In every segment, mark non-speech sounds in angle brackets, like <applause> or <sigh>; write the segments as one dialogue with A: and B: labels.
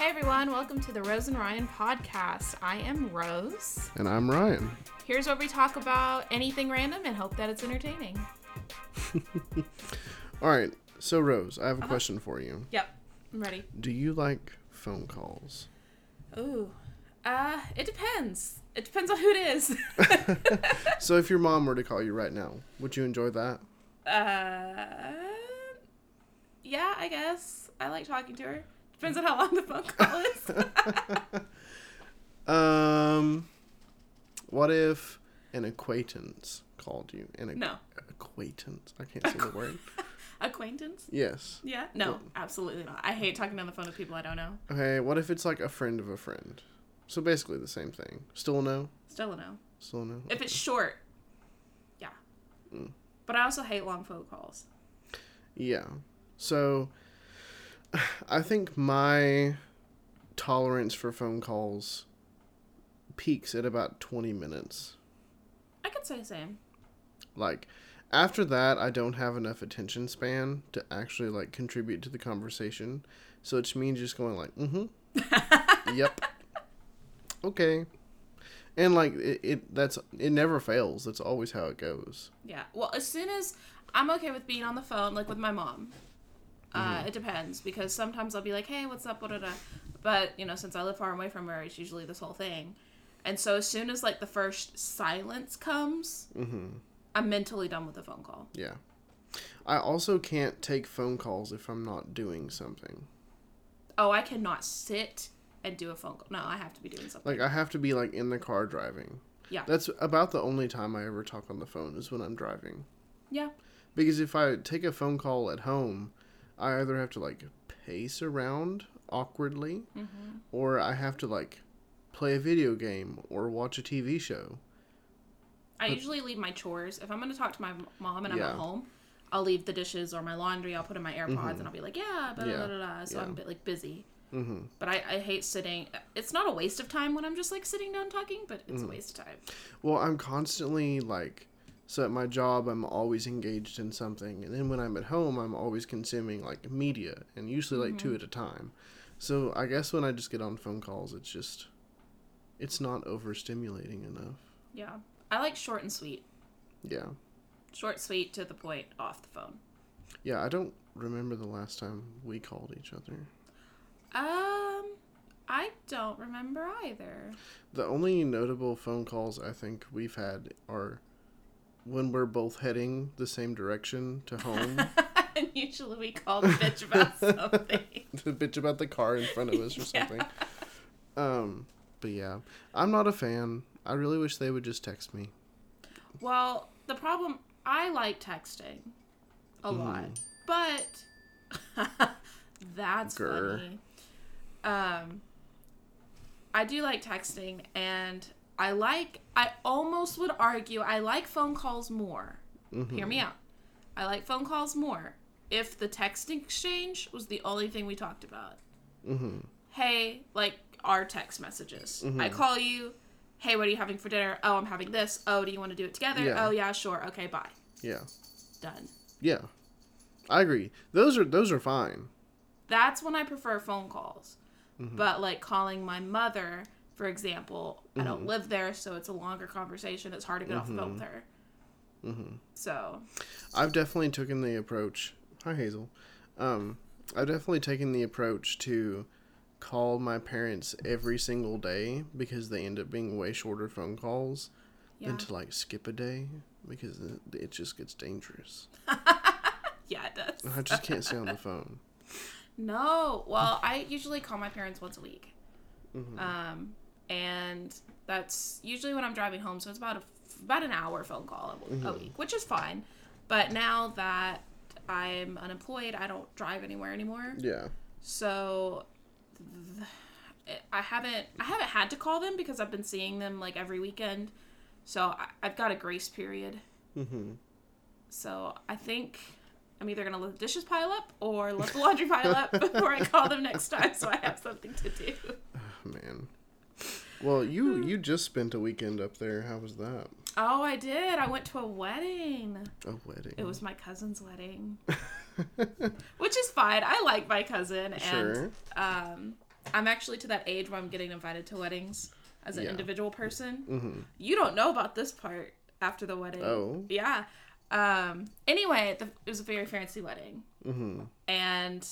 A: everyone. Welcome to the Rose and Ryan podcast. I am Rose.
B: And I'm Ryan.
A: Here's where we talk about anything random and hope that it's entertaining.
B: All right. So, Rose, I have a question for you.
A: Yep, I'm ready.
B: Do you like phone calls?
A: Ooh, uh, it depends. It depends on who it is. <laughs>
B: So, if your mom were to call you right now, would you enjoy that?
A: uh, yeah, I guess I like talking to her. Depends on how long the phone call <laughs> is.
B: Um, what if an acquaintance called you? An ac-
A: No.
B: acquaintance. I can't say the word.
A: Acquaintance?
B: Yes.
A: Yeah. No, absolutely not. I hate talking on the phone with people I don't know.
B: Okay. What if it's like a friend of a friend? So basically the same thing. Still a no.
A: Still a no.
B: Still a no.
A: If it's short, yeah. Mm. But I also hate long phone calls.
B: Yeah. So <sighs> I think my tolerance for phone calls peaks at about 20 minutes.
A: I could say the same.
B: Like after that, I don't have enough attention span to actually like contribute to the conversation. So it's me just going like, "Mm-hmm." yep. Okay. And like it, it that's it never fails. That's always how it goes.
A: Yeah. Well, as soon as I'm okay with being on the phone, like with my mom, uh,
B: Mm-hmm.
A: it depends because sometimes I'll be like, "Hey, what's up?" Da-da-da. But you know, since I live far away from her, it's usually this whole thing. And so, as soon as like the first silence comes,
B: Mm-hmm.
A: I'm mentally done with the phone call.
B: Yeah. I also can't take phone calls if I'm not doing something.
A: Oh, I cannot sit and do a phone call. No, I have to be doing something.
B: Like I have to be like in the car driving.
A: yeah.
B: That's about the only time I ever talk on the phone is when I'm driving.
A: yeah.
B: Because if I take a phone call at home, I either have to like pace around awkwardly or I have to like play a video game or watch a TV show.
A: I usually leave my chores. If I'm going to talk to my m- mom and I'm
B: Yeah.
A: at home, I'll leave the dishes or my laundry. I'll put in my AirPods and I'll be like, yeah, blah,
B: Mm-hmm. Yeah.
A: blah, blah, blah. So I'm
B: Yeah.
A: a bit like busy. Mm-hmm. But I, I hate sitting. It's not a waste of time when I'm just like sitting down talking, but it's a waste of time.
B: Well, I'm constantly like so at my job I'm always engaged in something and then when I'm at home I'm always consuming like media and usually like two at a time. So I guess when I just get on phone calls it's just it's not overstimulating enough.
A: Yeah. I like short and sweet.
B: Yeah.
A: Short, sweet, to the point, off the phone.
B: Yeah, I don't remember the last time we called each other.
A: Um, I don't remember either.
B: The only notable phone calls I think we've had are when we're both heading the same direction to home
A: <laughs> and usually we call the bitch about something.
B: to bitch about <laughs> the car in front of us or something. Um, but yeah, I'm not a fan. I really wish they would just text me.
A: Well, the problem I like texting a lot, but <laughs> that's
B: Grr.
A: funny. Um, I do like texting, and I like. I almost would argue I like phone calls more. Hear me out. I like phone calls more if the text exchange was the only thing we talked about. Hey, like our text messages. I call you. Hey, what are you having for dinner? Oh, I'm having this. Oh, do you want to do it together?
B: Yeah.
A: Oh, yeah, sure. Okay, bye.
B: Yeah.
A: Done.
B: Yeah. I agree. Those are those are fine.
A: That's when I prefer phone calls. But like calling my mother, for example, I don't live there, so it's a longer conversation. It's hard to get off the phone with her. So,
B: I've definitely taken the approach. Hi Hazel. Um, I've definitely taken the approach to call my parents every single day because they end up being way shorter phone calls
A: yeah.
B: than to like skip a day because it- it just gets dangerous.
A: Yeah, it does.
B: I just can't stay on the phone.
A: No. Well, I usually call my parents once a week. Um, and that's usually when I'm driving home, so it's about a, about an hour phone call a, a week, which is fine. But now that I'm unemployed, I don't drive anywhere anymore.
B: Yeah.
A: So th- I haven't I haven't had to call them because I've been seeing them like every weekend. So I, I've got a grace period.
B: Mm-hmm.
A: So I think I'm either gonna let the dishes pile up or let the laundry pile up <laughs> before I call them next time, so I have something to do.
B: Man. Well, you you just spent a weekend up there. How was that?
A: Oh, I did. I went to a wedding.
B: A wedding.
A: It was my cousin's
B: <laughs>
A: wedding, which is fine. I like my cousin, and
B: Sure.
A: um, I'm actually to that age where I'm getting invited to weddings as an
B: Yeah.
A: individual person.
B: Mm-hmm.
A: You don't know about this part after the wedding.
B: Oh.
A: Yeah. Um, anyway, the, it was a very fancy wedding,
B: Mm-hmm.
A: and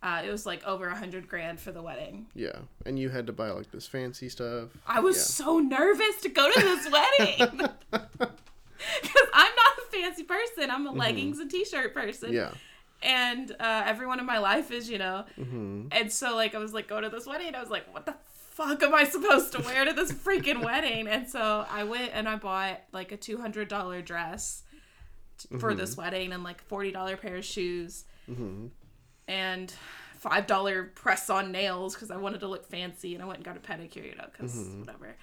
A: uh, it was like over a hundred grand for the wedding.
B: Yeah. And you had to buy like this fancy stuff.
A: I was
B: Yeah.
A: so nervous to go to
B: <laughs>
A: this wedding <laughs> because I'm not a fancy person. I'm a leggings and t-shirt person.
B: Mm-hmm. Yeah.
A: And uh, everyone in my life is, you know.
B: Mm-hmm.
A: And so, like, I was like, go to this wedding. I was like, what the fuck am I supposed to wear to this freaking wedding? And so I went and I bought like a two hundred dollar dress t- for this wedding and like forty dollar pair of shoes
B: Mm-hmm.
A: and five dollar press on nails because I wanted to look fancy, and I went and got a pedicure, you know, because
B: Mm-hmm.
A: whatever.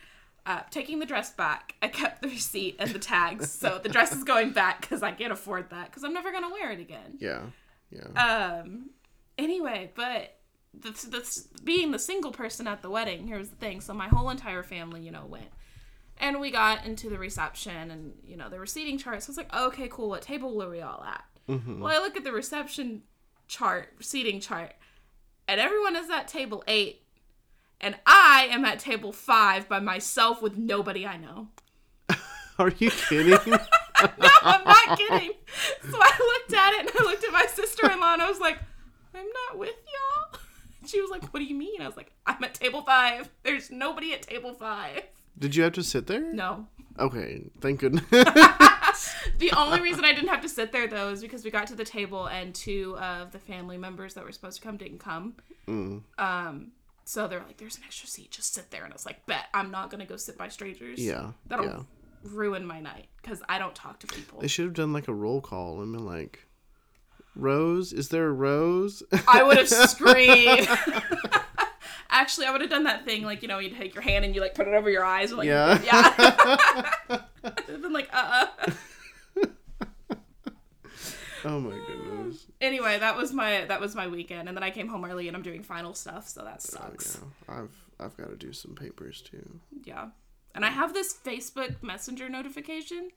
A: Uh, taking the dress back, I kept the receipt and the tags, so the dress is going back because I can't afford that because I'm never gonna wear it again.
B: Yeah. Yeah.
A: Um, anyway, but the, the being the single person at the wedding, here's the thing. So my whole entire family, you know, went. And we got into the reception, and you know there were seating charts. So I was like, okay, cool. What table were we all at? Well, I look at the reception chart, seating chart, and everyone is at table eight, and I am at table five by myself with nobody I know.
B: <laughs> Are you kidding?
A: <laughs> No, I'm not kidding. So I looked at it and I looked at my sister in law and I was like, I'm not with y'all. She was like, What do you mean? I was like, I'm at table five. There's nobody at table five.
B: Did you have to sit there?
A: No.
B: Okay. Thank goodness.
A: The only reason I didn't have to sit there though is because we got to the table and two of the family members that were supposed to come didn't come.
B: Mm.
A: Um, so they're like, There's an extra seat. Just sit there. And I was like, Bet I'm not going to go sit by strangers.
B: <laughs> yeah.
A: That'll
B: Yeah.
A: ruin my night because I don't talk to people.
B: They should have done like a roll call and been like, Rose, is there a Rose? <laughs>
A: I would have screamed. <laughs> Actually, I would have done that thing like you know you take your hand and you like put it over your eyes. Like,
B: Yeah.
A: Yeah. I'd have been like uh. uh
B: oh my goodness.
A: Anyway, that was my that was my weekend, and then I came home early and I'm doing final stuff, so that
B: Oh,
A: sucks.
B: yeah. I've I've got to do some papers too.
A: yeah. And I have this Facebook Messenger notification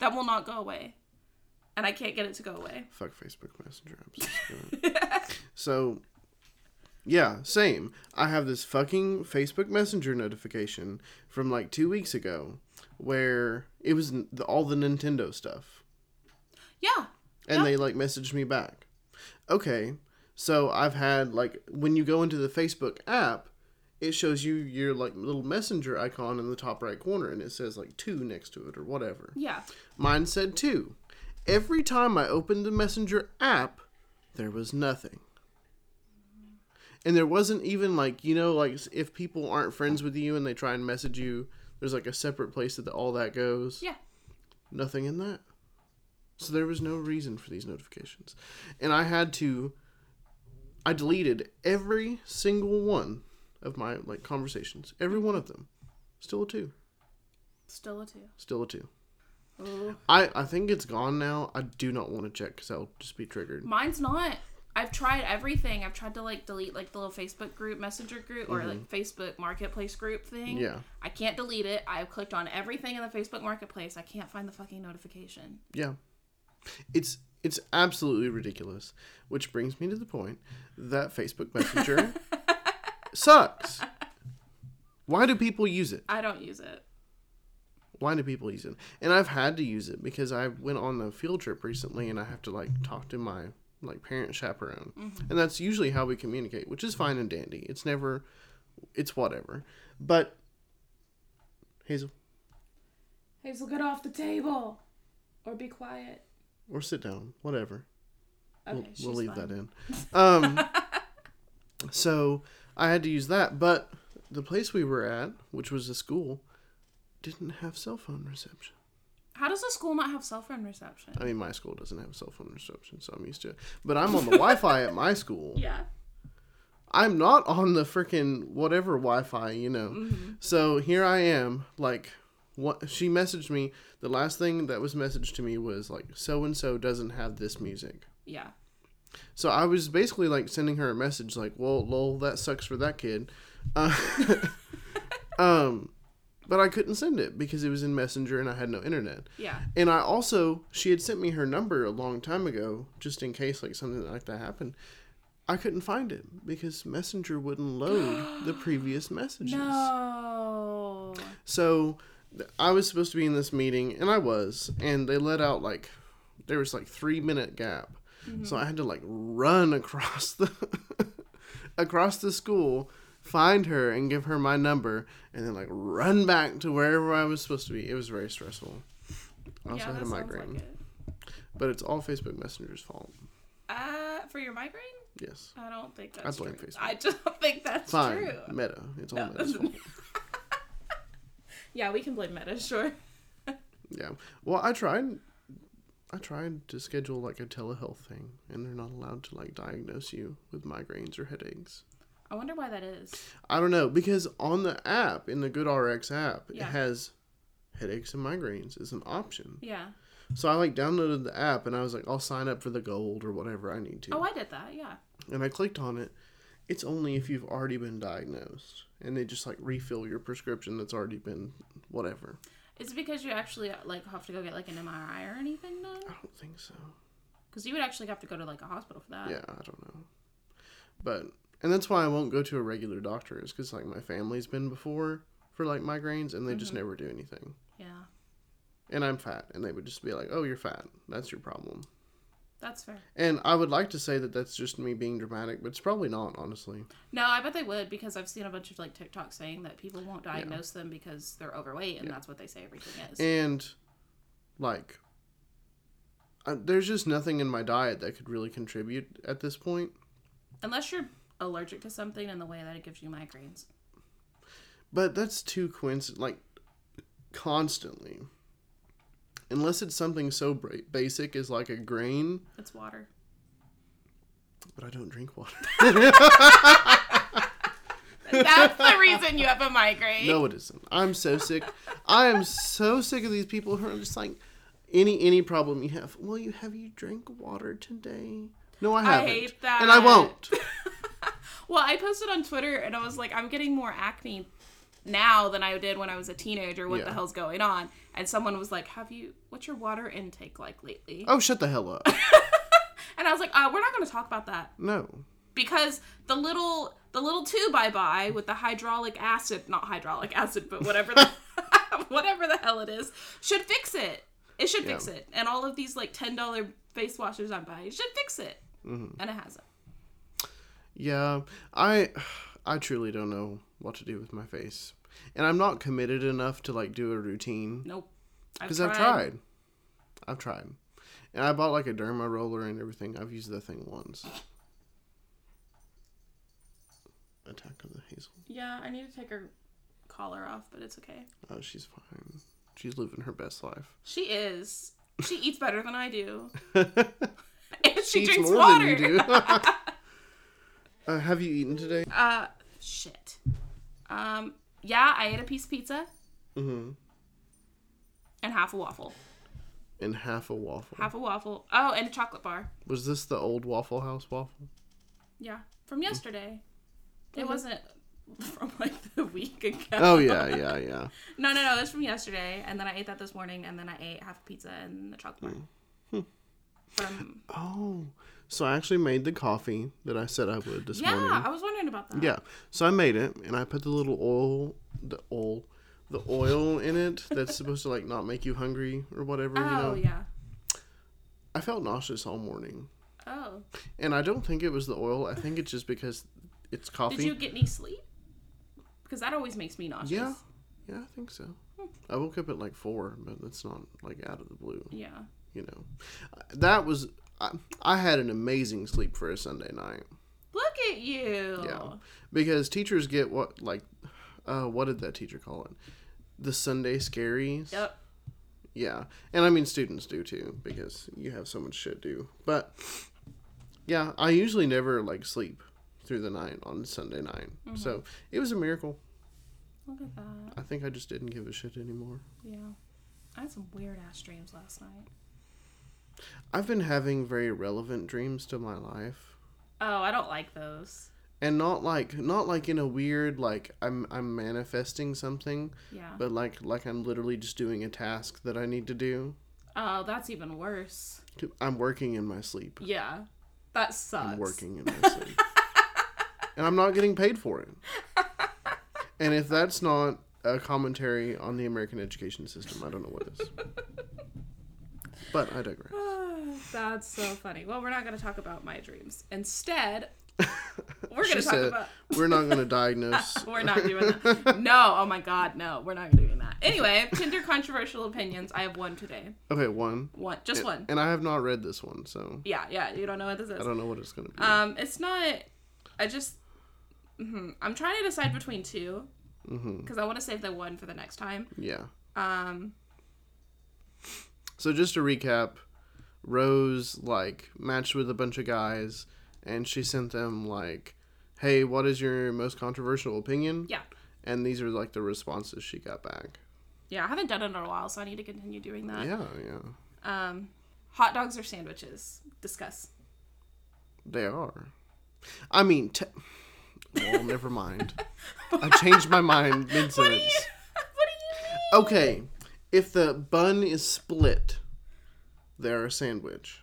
A: that will not go away, and I can't get it to go away.
B: Fuck Facebook Messenger. I'm so screwed. <laughs> so, yeah, same. I have this fucking Facebook Messenger notification from like two weeks ago, where it was n- the, all the Nintendo stuff,
A: Yeah.
B: and
A: Yeah.
B: they like messaged me back. Okay, so I've had like when you go into the Facebook app, it shows you your like little messenger icon in the top right corner, and it says like two next to it or whatever.
A: Yeah.
B: Mine said two. Every time I opened the Messenger app, there was nothing. And there wasn't even like, you know, like if people aren't friends with you and they try and message you, there's like a separate place that all that goes.
A: Yeah.
B: Nothing in that. So there was no reason for these notifications. And I had to I deleted every single one of my like conversations. Every one of them. Still a two.
A: Still a two.
B: Still a two.
A: Ooh.
B: I, I think it's gone now. I do not want to check because I'll just be triggered.
A: Mine's not. I've tried everything. I've tried to like delete like the little Facebook group, Messenger group, or like Facebook Marketplace group thing.
B: Mm-hmm. Yeah.
A: I can't delete it. I've clicked on everything in the Facebook Marketplace. I can't find the fucking notification.
B: Yeah. It's it's absolutely ridiculous. Which brings me to the point that Facebook Messenger sucks. Why do people use it?
A: I don't use it.
B: Why do people use it? And I've had to use it because I went on a field trip recently and I have to like talk to my like parent chaperone. And that's usually how we communicate, which is fine and dandy. It's never it's whatever. But Hazel,
A: Hazel, get off the table, or be quiet.
B: or sit down, whatever.
A: Okay,
B: we'll,
A: she's
B: we'll leave
A: fine.
B: that in. Um, <laughs> so I had to use that, but the place we were at, which was a school, didn't have cell phone reception.
A: How does the school not have cell phone reception?
B: I mean, my school doesn't have cell phone reception, so I'm used to it. But
A: <laughs>
B: I'm on the Wi-Fi at my school.
A: Yeah.
B: I'm not on the freaking whatever Wi-Fi, you know.
A: Mm-hmm.
B: So here I am, like, what she messaged me. The last thing that was messaged to me was like, so and so doesn't have this music.
A: Yeah.
B: So I was basically like sending her a message like, "Well, lol, that sucks for that kid," uh, <laughs> um, but I couldn't send it because it was in Messenger and I had no internet.
A: Yeah.
B: And I also she had sent me her number a long time ago, just in case like something like that happened. I couldn't find it because Messenger wouldn't load the previous messages.
A: No.
B: So th- I was supposed to be in this meeting, and I was, and they let out like there was like three minute gap,
A: Mm-hmm.
B: so I had to like run <laughs> across the across the school, find her, and give her my number, and then like run back to wherever I was supposed to be. It was very stressful. I
A: yeah,
B: also had a
A: that sounds
B: migraine,
A: Like it.
B: but it's all Facebook Messenger's fault.
A: Uh, for your migraine?
B: Yes,
A: I don't think that's
B: blame
A: true.
B: Facebook.
A: I <laughs> just don't think that's
B: fine.
A: true.
B: Meta, it's all
A: <laughs>
B: Meta's fault.
A: Yeah, we can blame Meta, <laughs> sure.
B: Yeah. Well, I tried. I tried to schedule like a telehealth thing, and they're not allowed to like diagnose you with migraines or headaches.
A: I wonder why that is.
B: I don't know because on the app, in the GoodRx app, it
A: Yeah.
B: has headaches and migraines as an option.
A: Yeah.
B: So I like downloaded the app, and I was like, I'll sign up for the gold or whatever I need to.
A: Oh, I did that. Yeah.
B: And I clicked on it. It's only if you've already been diagnosed, and they just like refill your prescription that's already been whatever.
A: Is it because you actually like have to go get like an MRI or anything done?
B: I don't think so.
A: Because you would actually have to go to like a hospital for that.
B: yeah i don't know but and that's why i won't go to a regular doctor is because like my family's been before for like migraines and they just never do anything
A: Yeah.
B: and i'm fat and they would just be like oh you're fat that's your problem
A: That's fair.
B: and i would like to say that that's just me being dramatic but it's probably not honestly
A: No, I bet they would because I've seen a bunch of like TikTok saying that people won't diagnose them because they're overweight and that's what they say everything is.
B: and like I, there's just nothing in my diet that could really contribute at this point
A: Unless you're allergic to something in the way that it gives you migraines.
B: But that's too coincident, like constantly. Unless it's something so bra- basic as like a grain,
A: It's <laughs> water.
B: but I don't drink water. <laughs>
A: That's the reason you have a migraine.
B: no, it isn't. I'm so sick. I am so sick of these people who are just like, any any problem you have. Well, you have you drank water today? No, I haven't,
A: hate that.
B: and I won't.
A: Well, I posted on Twitter and I was like, I'm getting more acne now than I did when I was a teenager. What the
B: Yeah.
A: hell's going on? And someone was like, Have you, what's your water intake like lately?
B: Oh, shut the hell up. <laughs>
A: And I was like, uh, We're not going to talk about that
B: No,
A: because the little, the little tube I buy with the hydraulic acid, not hydraulic acid, but whatever
B: <laughs>
A: the, <laughs> whatever the hell it is, should fix it. It should fix
B: Yeah.
A: it. And all of these like $10 face washers I'm buying should fix it.
B: Mm-hmm.
A: And it hasn't.
B: Yeah, I I truly don't know what to do with my face. And I'm not committed enough to like do a routine
A: Nope.
B: because I've tried. I've tried. And I bought like a derma roller and everything. I've used the thing once. Attack of the Hazel.
A: Yeah, I need to take her collar off, but it's okay.
B: Oh, she's fine. She's living her best life.
A: She is. She eats better than I
B: <laughs>
A: do. and she,
B: Eats
A: drinks
B: more
A: water.
B: than you do. uh, have you eaten today?
A: <laughs> Uh, shit. Um, yeah, I ate a piece of pizza
B: Mm-hmm.
A: and half a waffle.
B: And half a waffle.
A: Half a waffle. Oh, and a chocolate bar.
B: Was this the old Waffle House waffle?
A: Yeah, from yesterday. It wasn't <laughs> from like the week ago.
B: Oh yeah,
A: <laughs>
B: yeah, yeah.
A: No, no, no. It was from yesterday, and then I ate that this morning, and then I ate half a pizza and a chocolate bar.
B: Hmm.
A: From
B: Oh, so I actually made the coffee that I said I would this
A: yeah,
B: morning.
A: I was wondering about that.
B: Yeah. So I made it, and I put the little oil, the oil, the oil in it that's supposed to like not make you hungry or whatever. you
A: Oh
B: know.
A: yeah.
B: I felt nauseous all morning,
A: Oh.
B: and I don't think it was the oil. I think it's just because it's coffee.
A: Did you get any sleep? Because that always makes me nauseous.
B: Yeah. Yeah, I think so. I woke up at like four, but that's not like out of the blue.
A: Yeah.
B: You know, that was. I, I had an amazing sleep for a Sunday night.
A: Look at you.
B: Yeah, because teachers get what like, uh, what did that teacher call it? The Sunday scaries.
A: Yep.
B: Yeah, and I mean students do too because you have so much shit due. But yeah, I usually never like sleep through the night on Sunday night, so it was a miracle.
A: Look at that.
B: I think I just didn't give a shit anymore.
A: Yeah. I had some weird ass dreams last night.
B: I've been having very relevant dreams to my life.
A: Oh, I don't like those.
B: And not like not like in a weird like I'm I'm manifesting something,
A: Yeah.
B: but like like I'm literally just doing a task that I need to do.
A: Oh, that's even worse.
B: I'm working in my sleep.
A: Yeah. That sucks.
B: I'm working in
A: <laughs>
B: my city. and I'm not getting paid for it. And if that's not a commentary on the American education system, I don't know what
A: <laughs>
B: is. But I digress.
A: That's so funny. Well, we're not going to talk about my dreams. Instead,
B: <laughs>
A: we're
B: She
A: going to talk
B: said,
A: about.
B: We're not
A: <laughs>
B: going to diagnose.
A: We're not doing
B: <laughs>
A: that. No, oh my God, no, we're not doing that. Anyway, Tinder controversial opinions. I have one today.
B: Okay, one.
A: One, just one.
B: And I have not read this one, so
A: Yeah, yeah. You don't know what this is.
B: I don't know what it's going to be.
A: Um, it's not. I just. mhm, I'm trying to decide between two
B: mm-hmm.
A: because I want to save the one for the next time.
B: Yeah.
A: Um,
B: So just to recap, Rose like matched with a bunch of guys, and she sent them like, "Hey, what is your most controversial opinion?"
A: yeah,
B: And these are like the responses she got back.
A: yeah. I haven't done it in a while, so I need to continue doing that.
B: Yeah, yeah,
A: Um, hot dogs or sandwiches? Discuss.
B: they are. I mean, te- well, never mind.
A: <laughs>
B: I changed my mind mid
A: What do you? <laughs>
B: sentence.
A: What do you mean?
B: Okay, if the bun is split, they're a sandwich.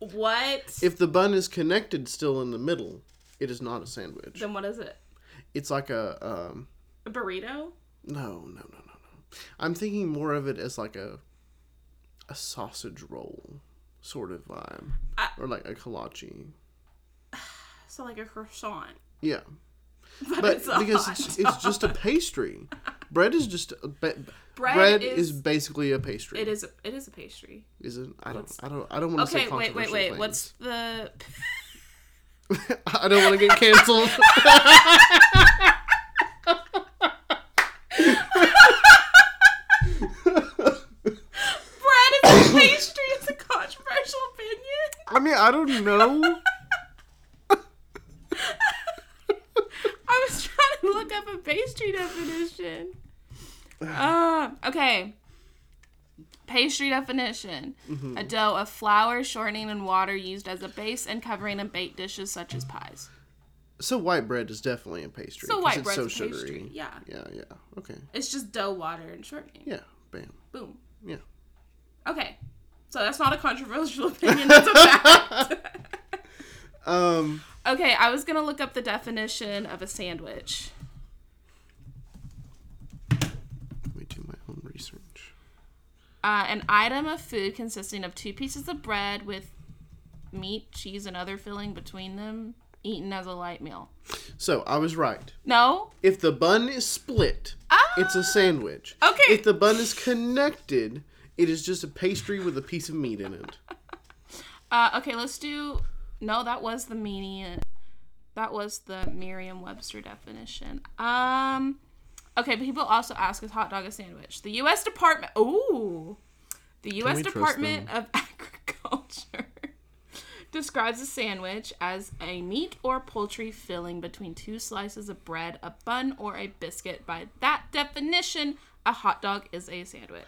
A: What?
B: If the bun is connected still in the middle, it is not a sandwich.
A: then what is it?
B: It's like a um,
A: A burrito?
B: No, no, no, no, no. I'm thinking more of it as like a a sausage roll sort of vibe,
A: I-
B: or like a kolache.
A: So like a croissant.
B: Yeah,
A: <laughs> But,
B: but
A: it's a
B: because
A: hot
B: it's,
A: dog.
B: it's just a pastry, bread is just a, ba- bread,
A: Bread
B: is,
A: is-
B: basically a pastry.
A: it is a, it is a pastry.
B: Is it? I don't. I don't. I don't want to
A: Okay,
B: say
A: wait, wait,
B: controversial
A: wait.
B: things. <laughs>
A: What's the <laughs>
B: I don't want to get canceled.
A: bread is a pastry? It's a controversial opinion.
B: I mean, I don't know.
A: I was trying to look up a pastry definition. Uh, okay. Pastry definition.
B: Mm-hmm.
A: A dough of flour, shortening, and water used as a base and covering in baked dishes such as pies.
B: So white bread is definitely a pastry.
A: So
B: 'cause
A: white
B: it's
A: bread's
B: so
A: a pastry.
B: sugary.
A: Yeah.
B: Yeah. Yeah. Okay.
A: It's just dough, water, and shortening.
B: Yeah. Bam.
A: Boom.
B: Yeah.
A: Okay. So that's not a controversial <laughs> opinion. That's a fact.
B: <laughs> Um.
A: okay, I was going to look up the definition of a sandwich.
B: Let me do my own research.
A: Uh, an item of food consisting of two pieces of bread with meat, cheese, and other filling between them, eaten as a light meal.
B: So I was right.
A: No?
B: If the bun is split,
A: Ah!
B: it's a sandwich.
A: Okay.
B: If the bun is connected, it is just a pastry with a piece of meat in it.
A: Uh, okay, let's do. No, that was the meaning. That was the Merriam-Webster definition. Um, okay, people also ask is hot dog a sandwich? The U.S. Department. Ooh, the U.S.
B: we trust
A: Department of <laughs> Agriculture describes a sandwich as a meat or poultry filling between two slices of bread, a bun, or a biscuit. By that definition, a hot dog is a sandwich.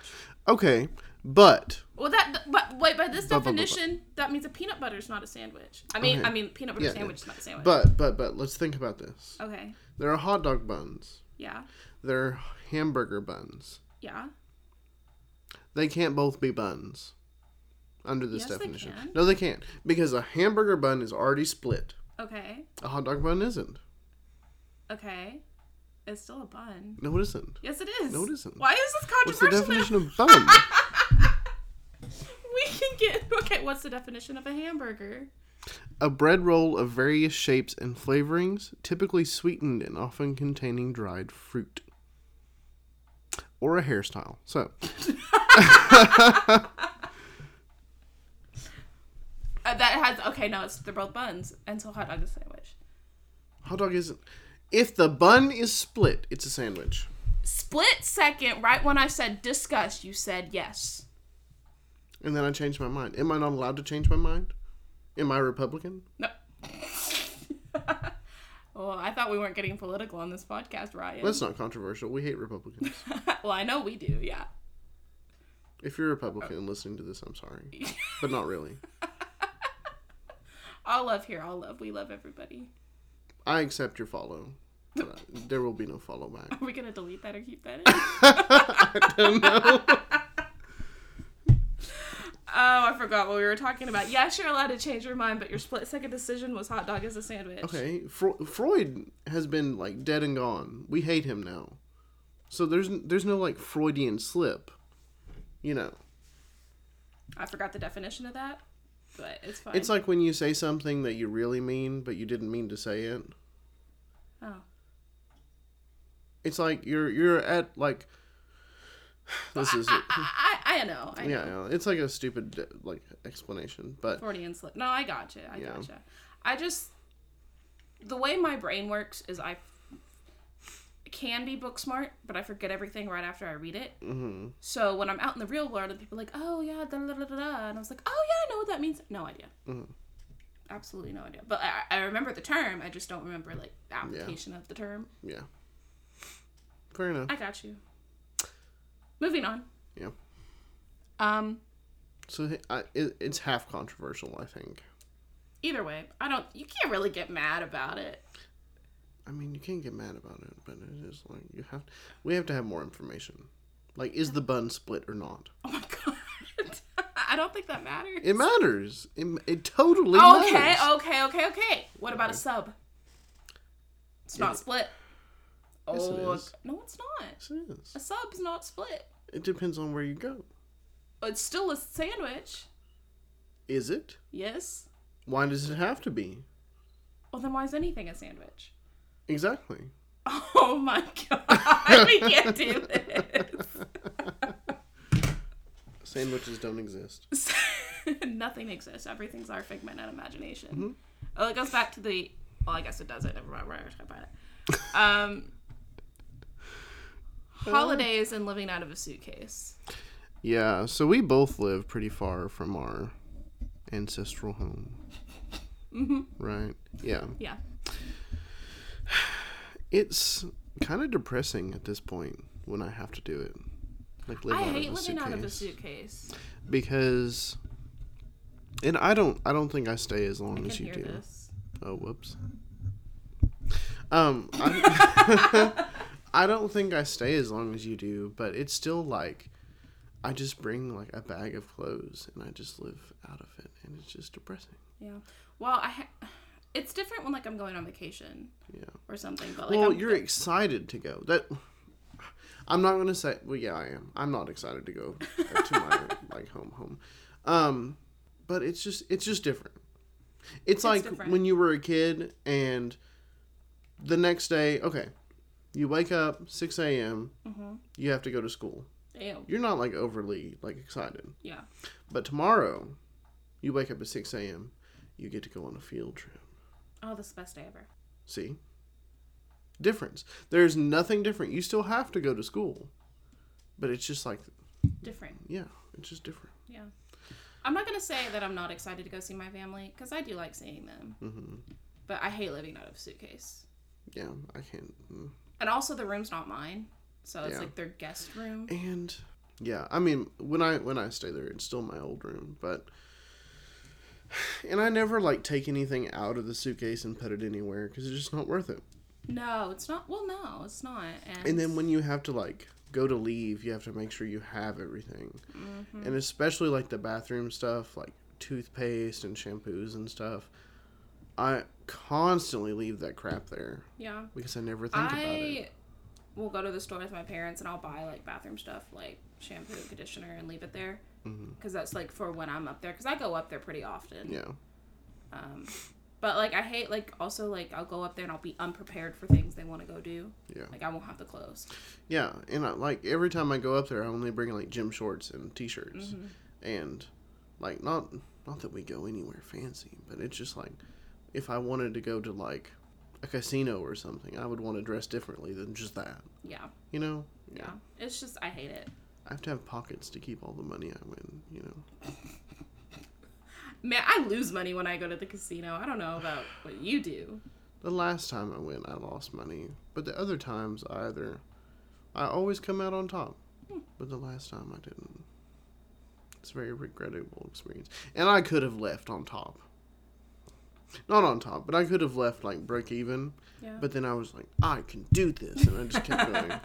B: Okay, but
A: Well, that but wait by this
B: bu- bu- bu-
A: definition, that means a peanut butter is not a sandwich. I mean,
B: Okay.
A: I mean, peanut butter
B: Yeah, yeah.
A: sandwich is not a sandwich.
B: but but but let's think about this.
A: okay,
B: There are hot dog buns.
A: yeah,
B: There are hamburger buns.
A: yeah.
B: They can't both be buns under this
A: Yes, they
B: definition.
A: can.
B: No, they can't because a hamburger bun is already split.
A: Okay,
B: A hot dog bun isn't.
A: okay. It's still a bun.
B: No, it isn't.
A: Yes, it is.
B: No, it isn't.
A: Why is this
B: What's the
A: controversial?
B: definition of bun?
A: <laughs> we can get okay. What's the definition of a hamburger?
B: A bread roll of various shapes and flavorings, typically sweetened and often containing dried fruit. Or a hairstyle. So,
A: Uh, that has okay. No, it's they're both buns, and so hot dog is a sandwich.
B: hot dog isn't. If the bun is split, it's a sandwich.
A: Split second, right when I said discuss, you said yes.
B: And then I changed my mind. Am I not allowed to change my mind? Am I Republican?
A: No. well, Oh, I thought we weren't getting political on this podcast, Ryan.
B: That's not controversial. We hate Republicans.
A: <laughs> well, I know we do, yeah.
B: if you're a Republican and listening to this, I'm sorry. But
A: <laughs>
B: not really.
A: All love here, all love. We love everybody. <laughs>
B: I accept your follow. But I- there will be no follow back.
A: Are we gonna delete that or keep
B: <laughs>
A: that in?
B: I don't know.
A: <laughs> Oh, I forgot what we were talking about. Yes, you're allowed to change your mind, but your split second decision was hot dog as a sandwich.
B: Okay, Fre- Freud has been like dead and gone. We hate him now. So there's n- there's no like Freudian slip, you know.
A: I forgot the definition of that, but it's fine.
B: It's like when you say something that you really mean but you didn't mean to say it.
A: oh,
B: It's like you're you're at like <sighs> this is
A: I, I, I, I know. I know.
B: yeah, yeah, it's like a stupid de- like explanation, but
A: Freudian slip. No, I gotcha. I
B: Yeah.
A: gotcha. I just the way my brain works is I can be book smart, but I forget everything right after I read it.
B: mhm.
A: So when I'm out in the real world and people are like, "Oh yeah, da da da da," da," and I was like, "Oh yeah, I know what that means." No idea.
B: Mhm.
A: Absolutely no idea. But I, I remember the term. I just don't remember like the application of the term.
B: yeah. Fair enough.
A: I got you. Moving on.
B: Yeah.
A: Um.
B: So hey, I, it, it's half controversial, I think.
A: Either way, I don't. You can't really get mad about it.
B: I mean, you can't get mad about it, but it is like you have. We have to have more information. Like, is the bun split or not?
A: Oh my god. <laughs> I don't think that matters.
B: It matters. It, it totally
A: okay, oh.
B: matters.
A: okay, okay, okay. What about a sub? It's not
B: It-
A: split.
B: Yes, it
A: oh,
B: is.
A: no, it's not.
B: Yes, it is.
A: A sub's not split.
B: It depends on where you go.
A: It's still a sandwich.
B: Is it?
A: Yes.
B: Why does it have to be?
A: Well, then why is anything a sandwich? <laughs>
B: Exactly.
A: Oh my god, <laughs> we can't do this.
B: Sandwiches don't exist.
A: <laughs> Nothing exists. Everything's our figment and imagination.
B: Mm-hmm.
A: Well, it goes back to the. Well, I guess it doesn't. Never mind. We're not talking about it.
B: <laughs>
A: Um, holidays and living out of a suitcase.
B: Yeah, so we both live pretty far from our ancestral home. Mm-hmm. Right? Yeah.
A: Yeah.
B: It's kind of depressing at this point when I have to do it. Like live
A: I
B: out of
A: hate
B: a
A: living out of a
B: suitcase.
A: suitcase.
B: because and I don't I don't think I stay as long
A: I can
B: as you
A: hear
B: do.
A: this.
B: Oh, whoops. Um
A: <laughs>
B: I, <laughs> I don't think I stay as long as you do, but it's still like I just bring like a bag of clothes and I just live out of it and it's just depressing.
A: Yeah. Well, I. Ha- it's different when like I'm going on vacation
B: Yeah.
A: or something, but like
B: well,
A: I'm,
B: you're excited to go. That I'm not gonna say. Well, yeah, I am. I'm not excited to go to my
A: <laughs>
B: like home home. Um, but it's just it's just different. It's, like
A: different.
B: when you were a kid and the next day, okay, you wake up 6 a.m.
A: Mm-hmm.
B: You have to go to school.
A: Damn.
B: You're not like overly like excited,
A: Yeah.
B: but tomorrow, you wake up at 6 a.m. You get to go on a field trip.
A: Oh, this is the best day ever.
B: See? Difference. There's nothing different. You still have to go to school. But it's just like,
A: Different.
B: yeah, it's just different.
A: Yeah. I'm not gonna say that I'm not excited to go see my family because I do like seeing them,
B: hmm
A: but I hate living out of a suitcase.
B: Yeah, I can't. mm.
A: And also, the room's not mine, so it's
B: Yeah.
A: like their guest room.
B: And yeah, I mean, when I when I stay there, it's still my old room, but <sighs> and I never like take anything out of the suitcase and put it anywhere because it's just not worth it.
A: No, it's not. Well, no, it's not. And,
B: And then when you have to like go to leave, you have to make sure you have everything. And especially like the bathroom stuff, like toothpaste and shampoos and stuff. I constantly leave that crap there
A: yeah,
B: because I never think about it.
A: I will go to the store with my parents and I'll buy like bathroom stuff like shampoo and conditioner and leave it there because that's like for when I'm up there because I go up there pretty often.
B: Mm-hmm. Yeah.
A: Um, but like I hate like also like I'll go up there and I'll be unprepared for things they want to go do.
B: Yeah.
A: Like I won't have the clothes.
B: Yeah. And I, like every time I go up there, I only bring like gym shorts and t shirts. And like, not, not that we go anywhere fancy, but it's just like if I wanted to go to like a casino or something, I would want to dress differently than just that.
A: Yeah.
B: You know?
A: Yeah. It's just I hate it.
B: I have to have pockets to keep all the money I win, you know.
A: Man, I lose money when I go to the casino. I don't know about what you do.
B: The last time I went, I lost money, but the other times I either I always come out on top.
A: Hmm.
B: But the last time I didn't. It's a very regrettable experience. And I could have left on top. Not on top, but I could have left like break even,
A: Yeah. <laughs>
B: but then I was like, I can do this and I just kept going.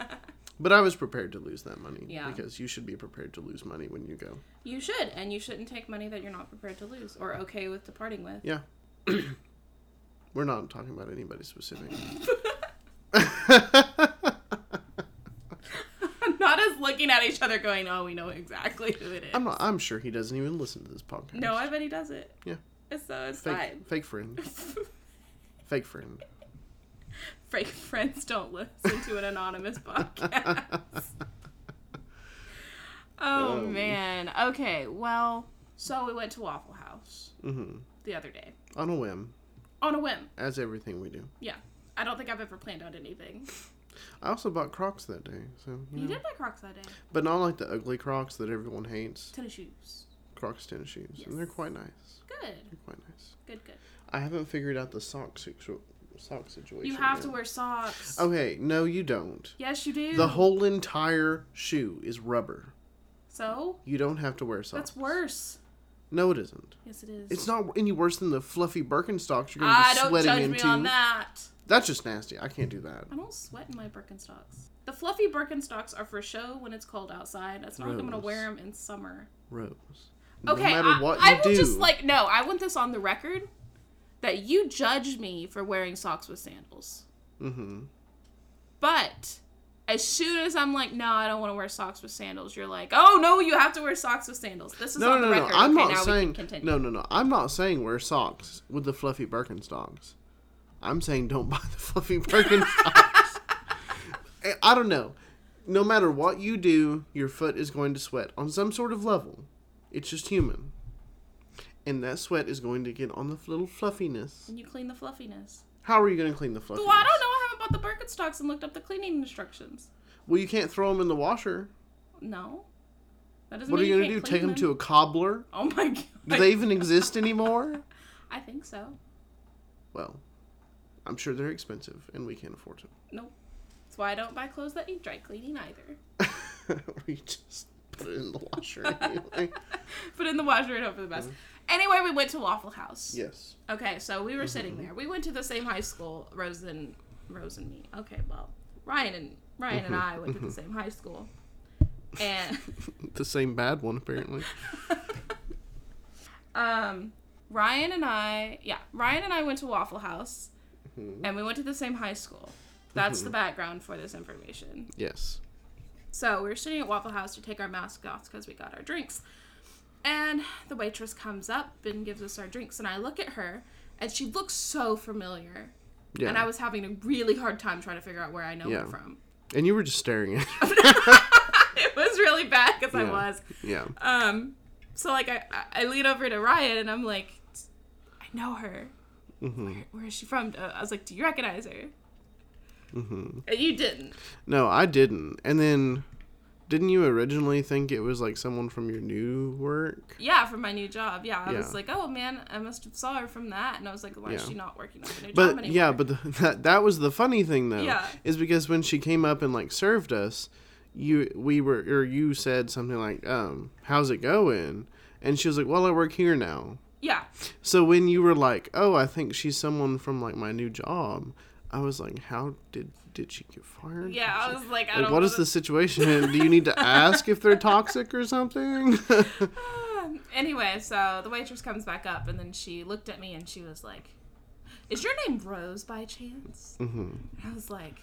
B: But I was prepared to lose that money.
A: Yeah.
B: Because you should be prepared to lose money when you go.
A: You should, and you shouldn't take money that you're not prepared to lose or okay with departing with. <laughs>
B: Yeah. We're not talking about
A: <laughs>
B: anybody specific.
A: not us looking at each other going, oh, we know exactly who it is.
B: I'm not, I'm sure he doesn't even listen to this podcast.
A: no, I bet he does it.
B: Yeah.
A: It's so it's
B: fake
A: fine. <laughs>
B: fake friend. Fake friend.
A: Fake friends don't listen to an anonymous
B: <laughs>
A: podcast. oh,
B: Um.
A: man. Okay, well, so we went to Waffle House
B: hmm
A: the other day
B: On a whim,
A: on a whim.
B: as everything we do.
A: Yeah. I don't think I've ever planned out anything.
B: I also bought Crocs that day, so
A: You
B: you know.
A: did buy Crocs that day.
B: but not like the ugly Crocs that everyone hates.
A: Tennis shoes.
B: Crocs tennis shoes, and they're
A: Yes.
B: quite nice.
A: Good.
B: They're quite nice.
A: Good, good.
B: I haven't figured out the sock situ- sock situation.
A: You have
B: yet.
A: to wear socks.
B: Okay, no, you don't.
A: Yes, you do.
B: Oh. The whole entire shoe is rubber.
A: So?
B: You don't have to wear socks.
A: That's worse.
B: No, it isn't.
A: Yes, it is.
B: It's not any worse than the fluffy Birkenstocks you're
A: I Ah,
B: going to be
A: don't
B: sweating
A: judge
B: into.
A: me on that.
B: That's just nasty. I can't do that.
A: I don't sweat in my Birkenstocks. The fluffy Birkenstocks are for show when it's cold outside. That's not like I'm gonna
B: Rose.
A: wear them in summer.
B: Rose.
A: Okay,
B: no matter
A: I,
B: what you
A: I will
B: do,
A: just like no. I want this on the record that you judged me for wearing socks with sandals.
B: hmm
A: But as soon as I'm like, no, I don't want to wear socks with sandals, you're like, oh no, you have to wear socks with sandals. This is
B: No,
A: on
B: no,
A: the
B: no.
A: record.
B: I'm
A: okay,
B: not
A: now we
B: saying.
A: can continue.
B: No, no, no. I'm not saying wear socks with the fluffy Birkenstocks. I'm saying don't <laughs> buy the fluffy Birkenstocks. <laughs> I- I don't know. No matter what you do, your foot is going to sweat on some sort of level. It's just human. And that sweat is going to get on the little fluffiness.
A: And you clean the fluffiness.
B: How are you going to clean the fluffiness?
A: Well, I don't know. I haven't bought the Birkenstocks and looked up the cleaning instructions.
B: Well, you can't throw them in the washer.
A: No, that doesn't.
B: What are
A: mean
B: you
A: you
B: going to do?
A: can't
B: Take
A: clean
B: them to a cobbler?
A: Oh my <laughs> god.
B: Do they even exist anymore?
A: I think so.
B: Well, I'm sure they're expensive and we can't afford
A: Nope. That's why I don't buy clothes that need dry cleaning either.
B: them. <laughs> we just put it in the washer
A: <laughs>
B: anyway.
A: Put in the washer and hope for the best. Anyway, we went to Waffle House.
B: Yes.
A: Okay, so we were sitting there. We went to the same high school, Rose and Rose and me. Okay, well, Ryan and Ryan and I went to the same high school. And <laughs>
B: The same bad one, apparently.
A: um Ryan and I, yeah, Ryan and I went to Waffle House and we went to the same high school. That's the background for this information.
B: Yes.
A: So we were sitting at Waffle House to take our masks off because we got our drinks. And the waitress comes up and gives us our drinks. And I look at her and she looks so familiar.
B: Yeah.
A: And I was having a really hard time trying to figure out where I know
B: Yeah.
A: her from. <laughs>
B: And you were just staring at her.
A: It was really bad because <laughs> I
B: Yeah.
A: was.
B: Yeah.
A: Um, so like I, I- I lean over to Ryan and I'm like, I know her.
B: Mm-hmm.
A: Where, where is she from? Uh, I was like, do you recognize her?
B: Mm-hmm.
A: And you didn't.
B: No, I didn't. And then, didn't you originally think it was like someone from your new work?
A: Yeah, from my new job. Yeah, I was
B: Yeah.
A: like, oh man, I must have saw her from that, and I was like, why is
B: Yeah.
A: she not working at the new job
B: But
A: anymore?
B: yeah, but the, <laughs> that that was the funny thing though,
A: Yeah.
B: is because when she came up and like served us, you we were or you said something like, um, "How's it going?" And she was like, "Well, I work here now."
A: yeah,
B: So when you were like, "Oh, I think she's someone from like my new job," I was like, "How did did she get fired?"
A: yeah. I was like, I
B: Like,
A: don't.
B: what is the
A: wanna-
B: situation?
A: <laughs>
B: Do you need to ask if they're toxic or something? <laughs>
A: Um, <sighs> anyway, so the waitress comes back up, and then she looked at me, and she was like, "Is your name Rose by chance?"
B: hmm
A: I was like,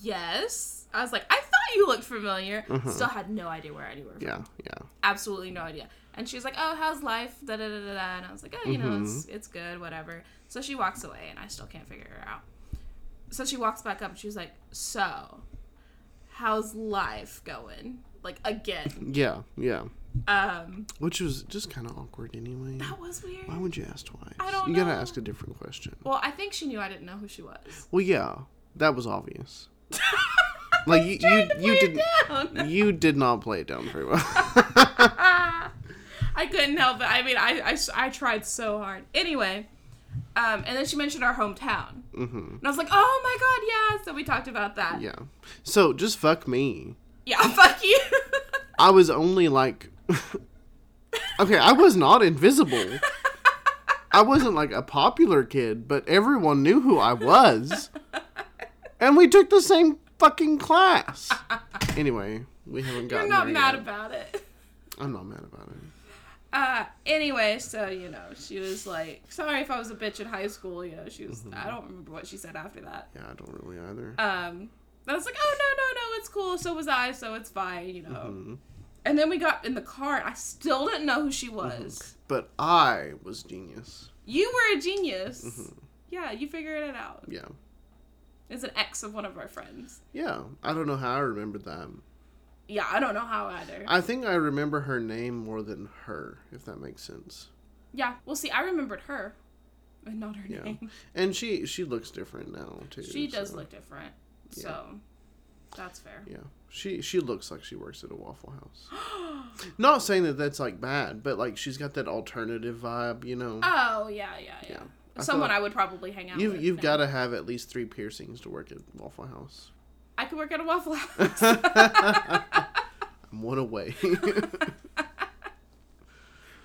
A: "Yes." I was like, "I thought you looked familiar."
B: Uh-huh.
A: Still had no idea where I knew her from.
B: Yeah, yeah.
A: absolutely no idea. And she's like, "Oh, how's life?" Da da da da. da. And I was like, "Oh, you know,
B: Mm-hmm.
A: it's it's good, whatever." So she walks away, and I still can't figure her out. So she walks back up, and she's like, "So, how's life going?" Like again,
B: Yeah, yeah.
A: um,
B: Which was just kind of awkward anyway.
A: that was weird.
B: Why would you ask twice?
A: I don't
B: you gotta
A: know.
B: ask a different question.
A: Well, I think she knew I didn't know who she was. <laughs>
B: Well, yeah, that was obvious. <laughs> Like you, you,
A: to
B: you
A: play
B: did,
A: it down.
B: you did not play it down very well. <laughs>
A: Ah, <laughs> I couldn't help it. I mean, I, I s- I tried so hard. Anyway, um, and then she mentioned our hometown,
B: hmm
A: and I was like, "Oh my god, yeah!" So we talked about that.
B: Yeah. So just fuck me.
A: yeah <laughs> fuck you.
B: I was only like, <laughs> okay, I was not invisible. I wasn't like a popular kid, but everyone knew who I was, and we took the same fucking class. anyway, we haven't <laughs> gotten.
A: You're not
B: there
A: mad
B: yet.
A: about it.
B: I'm not mad about it.
A: Uh, anyway, so you know, she was like, "Sorry if I was a bitch in high school." You know, she was.
B: Mm-hmm.
A: I don't remember what she said after that.
B: Yeah, I don't really either.
A: Um, I was like, "Oh no, no, no, it's cool. So was I. So it's fine." You know.
B: Mhm.
A: And then we got in the car. and I still didn't know who she was.
B: But I was genius.
A: You were a genius.
B: Mm-hmm.
A: Yeah, you figured it out.
B: Yeah.
A: It's an ex of one of our friends.
B: Yeah. I don't know how I remembered that.
A: Yeah, I don't know how either.
B: I think I remember her name more than her, if that makes sense.
A: yeah, well, see, I remembered her, and not her
B: Yeah.
A: name.
B: <laughs> And she she looks different now too.
A: She does
B: so,
A: look different,
B: Yeah.
A: so that's fair.
B: Yeah. She she looks like she works at a Waffle
A: <gasps>
B: House.
A: Oh,
B: Not saying that that's like bad, but like she's got that alternative vibe, you know.
A: Oh yeah, yeah, yeah.
B: Yeah. I feel
A: Someone
B: like
A: I would probably hang out
B: You
A: with.
B: you've
A: now.
B: got to have at least 3 piercings to work at
A: <laughs>
B: Waffle House. <laughs>
A: I could work at a Waffle House. <laughs>
B: I'm one away. <laughs>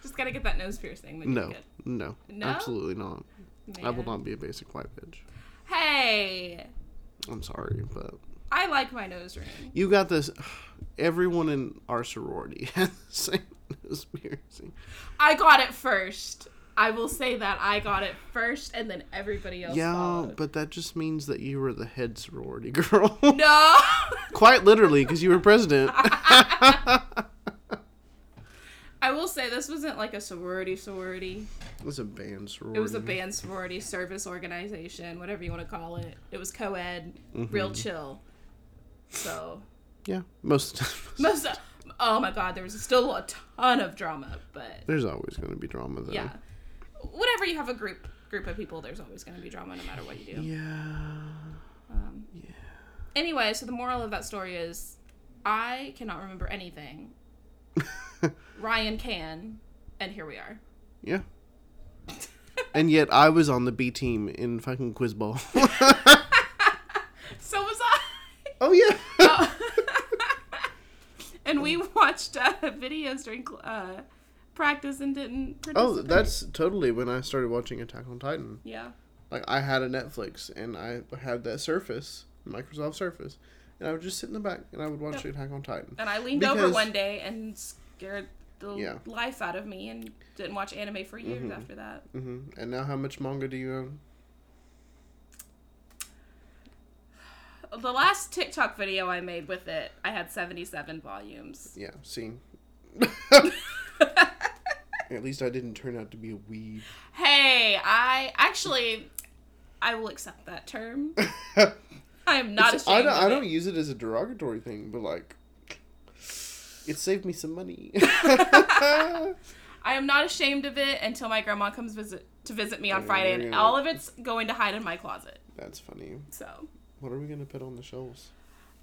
A: Just gotta get that nose piercing. Then
B: no.
A: You're good.
B: No.
A: No?
B: Absolutely not. I will
A: Man.
B: not be a basic white bitch.
A: Hey,
B: I'm sorry, but
A: I like my nose ring.
B: You got this. <sighs> Everyone in our sorority <laughs> had the same nose piercing.
A: I got it first. I will say that I got it first, and then everybody else.
B: yeah,
A: followed.
B: but that just means that you were the head sorority <laughs> girl.
A: no. <laughs>
B: Quite literally, because you were president.
A: I will say this wasn't like a sorority sorority.
B: it was a band sorority.
A: It was a band sorority service organization, whatever you want to call it. It was co-ed,
B: Mm-hmm.
A: real chill. So
B: Yeah, most of the time.
A: most of- oh my god, there was still a ton of drama, but
B: <laughs> There's always going to be drama, though.
A: yeah. Whenever you have a group group of people, there's always going to be drama, no matter what you do.
B: Yeah. <laughs>
A: Um, Anyway, so the moral of that story is, I cannot remember anything. Ryan can, and here we are.
B: Yeah. and yet I was on the B team in fucking
A: <laughs>
B: quiz ball.
A: So was I.
B: <laughs> oh, yeah.
A: <laughs> and we watched uh, videos during cl- uh, practice and didn't
B: oh,
A: participate.
B: that's totally when I started watching Attack on Titan.
A: yeah.
B: Like I had a Netflix and I had that Surface, Microsoft Surface, and I would just sit in the back and I would watch
A: Yep.
B: Attack on Titan.
A: And I leaned over
B: Because-
A: one day and scared the
B: Yeah.
A: life out of me and didn't watch anime for years after that.
B: hmm And now, how much manga do you own?
A: The last TikTok video I made with it, I had 77 volumes.
B: Yeah, see.
A: <laughs>
B: At least I didn't turn out to be a weeb.
A: Hey, I actually I will accept that
B: <laughs>
A: term. I am not
B: It's- I
A: ashamed.
B: don't.
A: of
B: I don't
A: it.
B: use it as a derogatory thing, but like, it saved me some
A: <laughs>
B: money. <laughs>
A: I am not ashamed of it until my grandma comes visit to visit me on
B: Yeah,
A: Friday,
B: you're
A: and
B: gonna-
A: all of it's going to hide in my closet.
B: That's funny.
A: So,
B: What are we gonna put on the shelves?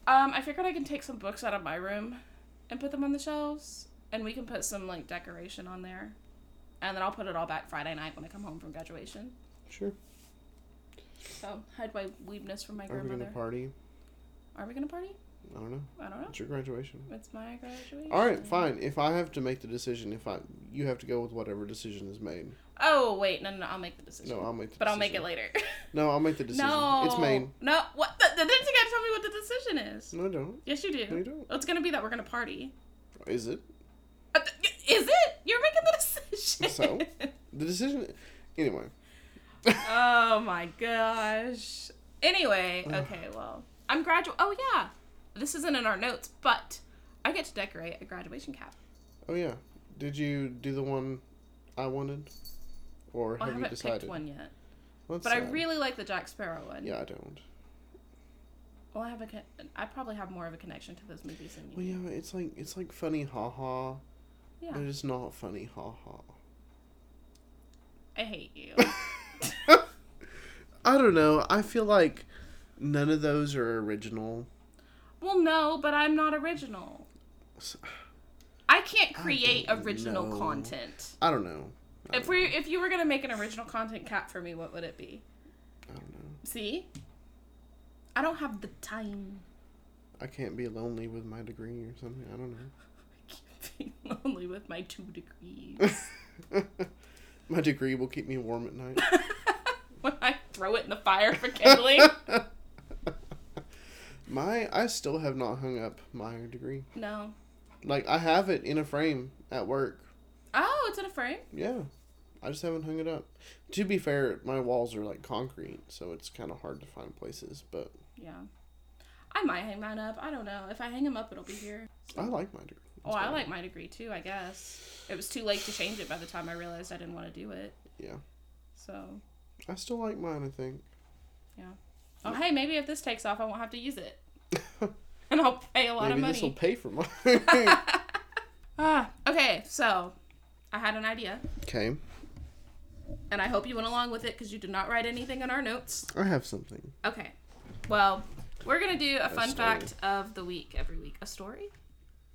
A: um, I figured I can take some books out of my room and put them on the shelves, and we can put some like decoration on there, and then I'll put it all back Friday night when I come home from graduation.
B: Sure.
A: So hide my weebness from my
B: Are we
A: grandmother.
B: gonna party?
A: Are we gonna party?
B: I don't know.
A: I don't know.
B: It's your graduation.
A: It's my graduation.
B: All right, fine. If I have to make the decision, if I you have to go with whatever decision is made.
A: Oh wait, no, no, no I'll make the decision.
B: No, I'll make the.
A: but I'll make it
B: decision.
A: later. <laughs>
B: No, I'll make the decision.
A: no,
B: It's made.
A: No, what? The, the, didn't you gotta tell me what the decision is?
B: No, I don't.
A: Yes, you do.
B: No, you don't.
A: Well, it's gonna be that we're gonna party.
B: Is it
A: Uh, th- y- Is it? You're making the <laughs> decision.
B: So? the decision? Anyway,
A: oh my gosh. Anyway, okay, well, I'm graduate. Oh yeah, this isn't in our notes, but I get to decorate a graduation cap.
B: oh yeah, did you do the one I wanted,
A: Well,
B: or
A: I
B: have you
A: haven't picked
B: decided?
A: one yet,
B: Well, that's
A: but I
B: sad.
A: really like the Jack Sparrow one.
B: yeah, I don't.
A: Well, I have a. Con- I probably have more of a connection to those movies than you.
B: Well, yeah, it's like it's like funny, ha ha,
A: Yeah.
B: but it's not funny, ha ha.
A: I hate
B: <laughs>
A: you.
B: I don't know. I feel like none of those are original.
A: well, no, but I'm not original.
B: S-
A: I can't create
B: don't
A: original
B: know.
A: content.
B: I don't know. I
A: If we if you were gonna make an original content cap for me, what would it be?
B: I don't know.
A: See? I don't have the time.
B: I can't be lonely with my degree or something. I don't know.
A: I can't be <laughs> lonely with my two degrees. <laughs>
B: <laughs> My degree will keep me warm at night.
A: when I throw it in the fire for kindling.
B: My I still have not hung up my degree.
A: No.
B: Like I have it in a frame at work.
A: Oh, it's in a frame.
B: Yeah. I just haven't hung it up. To be fair, my walls are like concrete, so it's kind of hard to find places, but
A: Yeah. I might hang mine up. I don't know. If I hang them up, it'll be here.
B: I like my degree.
A: Oh,
B: It's
A: I
B: fine.
A: like my degree too. I guess it was too late to change it by the time I realized I didn't want to do it.
B: Yeah.
A: So.
B: I still like mine, I think.
A: Oh, hey, maybe if this takes off, I won't have to use it, <laughs> and I'll pay a lot
B: Maybe
A: of
B: this will
A: money.
B: pay for
A: <laughs>
B: mine.
A: Ah, okay. So, I had an idea,
B: okay.
A: and I hope you went along with it because you did not write anything in our notes.
B: I have something.
A: Okay. Well, we're gonna do a fun
B: story.
A: fact of the week every week. A story?